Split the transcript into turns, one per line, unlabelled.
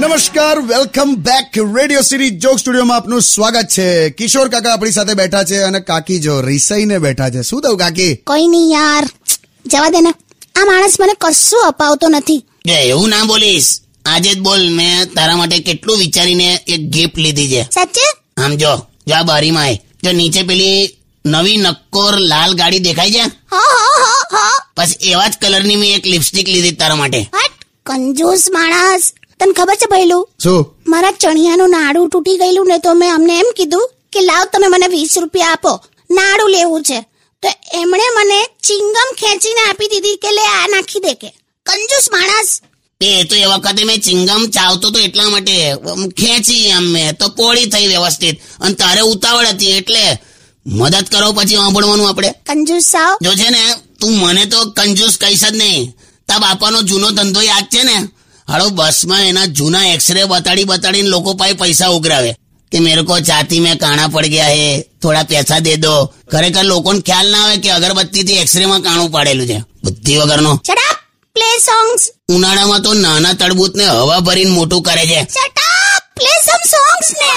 નમસ્કાર welcome back Radio City joke સ્ટુડિયોમાં આપનું સ્વાગત છે કિશોર કાકા આપણી સાથે બેઠા છે અને કાકી જો રીસાઈને બેઠા છે શું થયું કાકી
કોઈ નહીં યાર જવા દે ને આ માણસ મને કશું અપાવતો નથી
બે એવું ના બોલીશ આજે જ બોલ મેં તારા માટે કેટલું વિચારીને એક ગિફ્ટ લીધી છે
સાચે
આમ જો જો આ બારીમાં આય. જો નીચે પેલી નવી નક્કોર લાલ ગાડી દેખાય છે
હો હો હો હો
બસ એવા જ કલરની મેં એક લિપસ્ટિક લીધી તારા માટે
હટ કંજૂસ માણસ તને ખબર છે ભઈલું
શું
મારા ચણિયાનું નાડું તૂટી ગયેલું ને તો મેં અમને એમ કીધું કે લાવ તમે મને વીસ રૂપિયા આપો નાડું લેવું છે તો એમણે મને ચિંગમ ખેંચીને આપી દીધી કે લે આ નાખી દે કે કંજૂસ માણસ
તે એ તો એ વખતે મેં ચિંગમ ચાવતો તો એટલા માટે આમ ખેંચી આમ મેં તો પોળી થઈ વ્યવસ્થિત અને તારે ઉતાવળ હતી એટલે મદદ કરો પછી સાંભળવાનું આપણે
કંજૂસ સાવ
જો છે ને તું મને તો કંજૂસ કહીશ જ નહીં તા બાપાનો જૂનો ધંધો યાદ છે ને હાલો બસમાં એના જૂના એક્સરે બતાડી બતાડીને લોકો પાસે પૈસા ઉઘરાવે કે મેરે કો છાતી મેં કાણા પડ ગયા હે થોડા પૈસા દે દો ખરેખર લોકોને ખ્યાલ ના આવે કે અગરબત્તીથી એક્સરેમાં કાણું પાડેલું છે બુદ્ધિ વગરનો
શટ અપ પ્લે સોંગ્સ
ઉનાળામાં તો નાના તડબૂતને હવા ભરીને મોટું કરે છે
shut up play some songs ને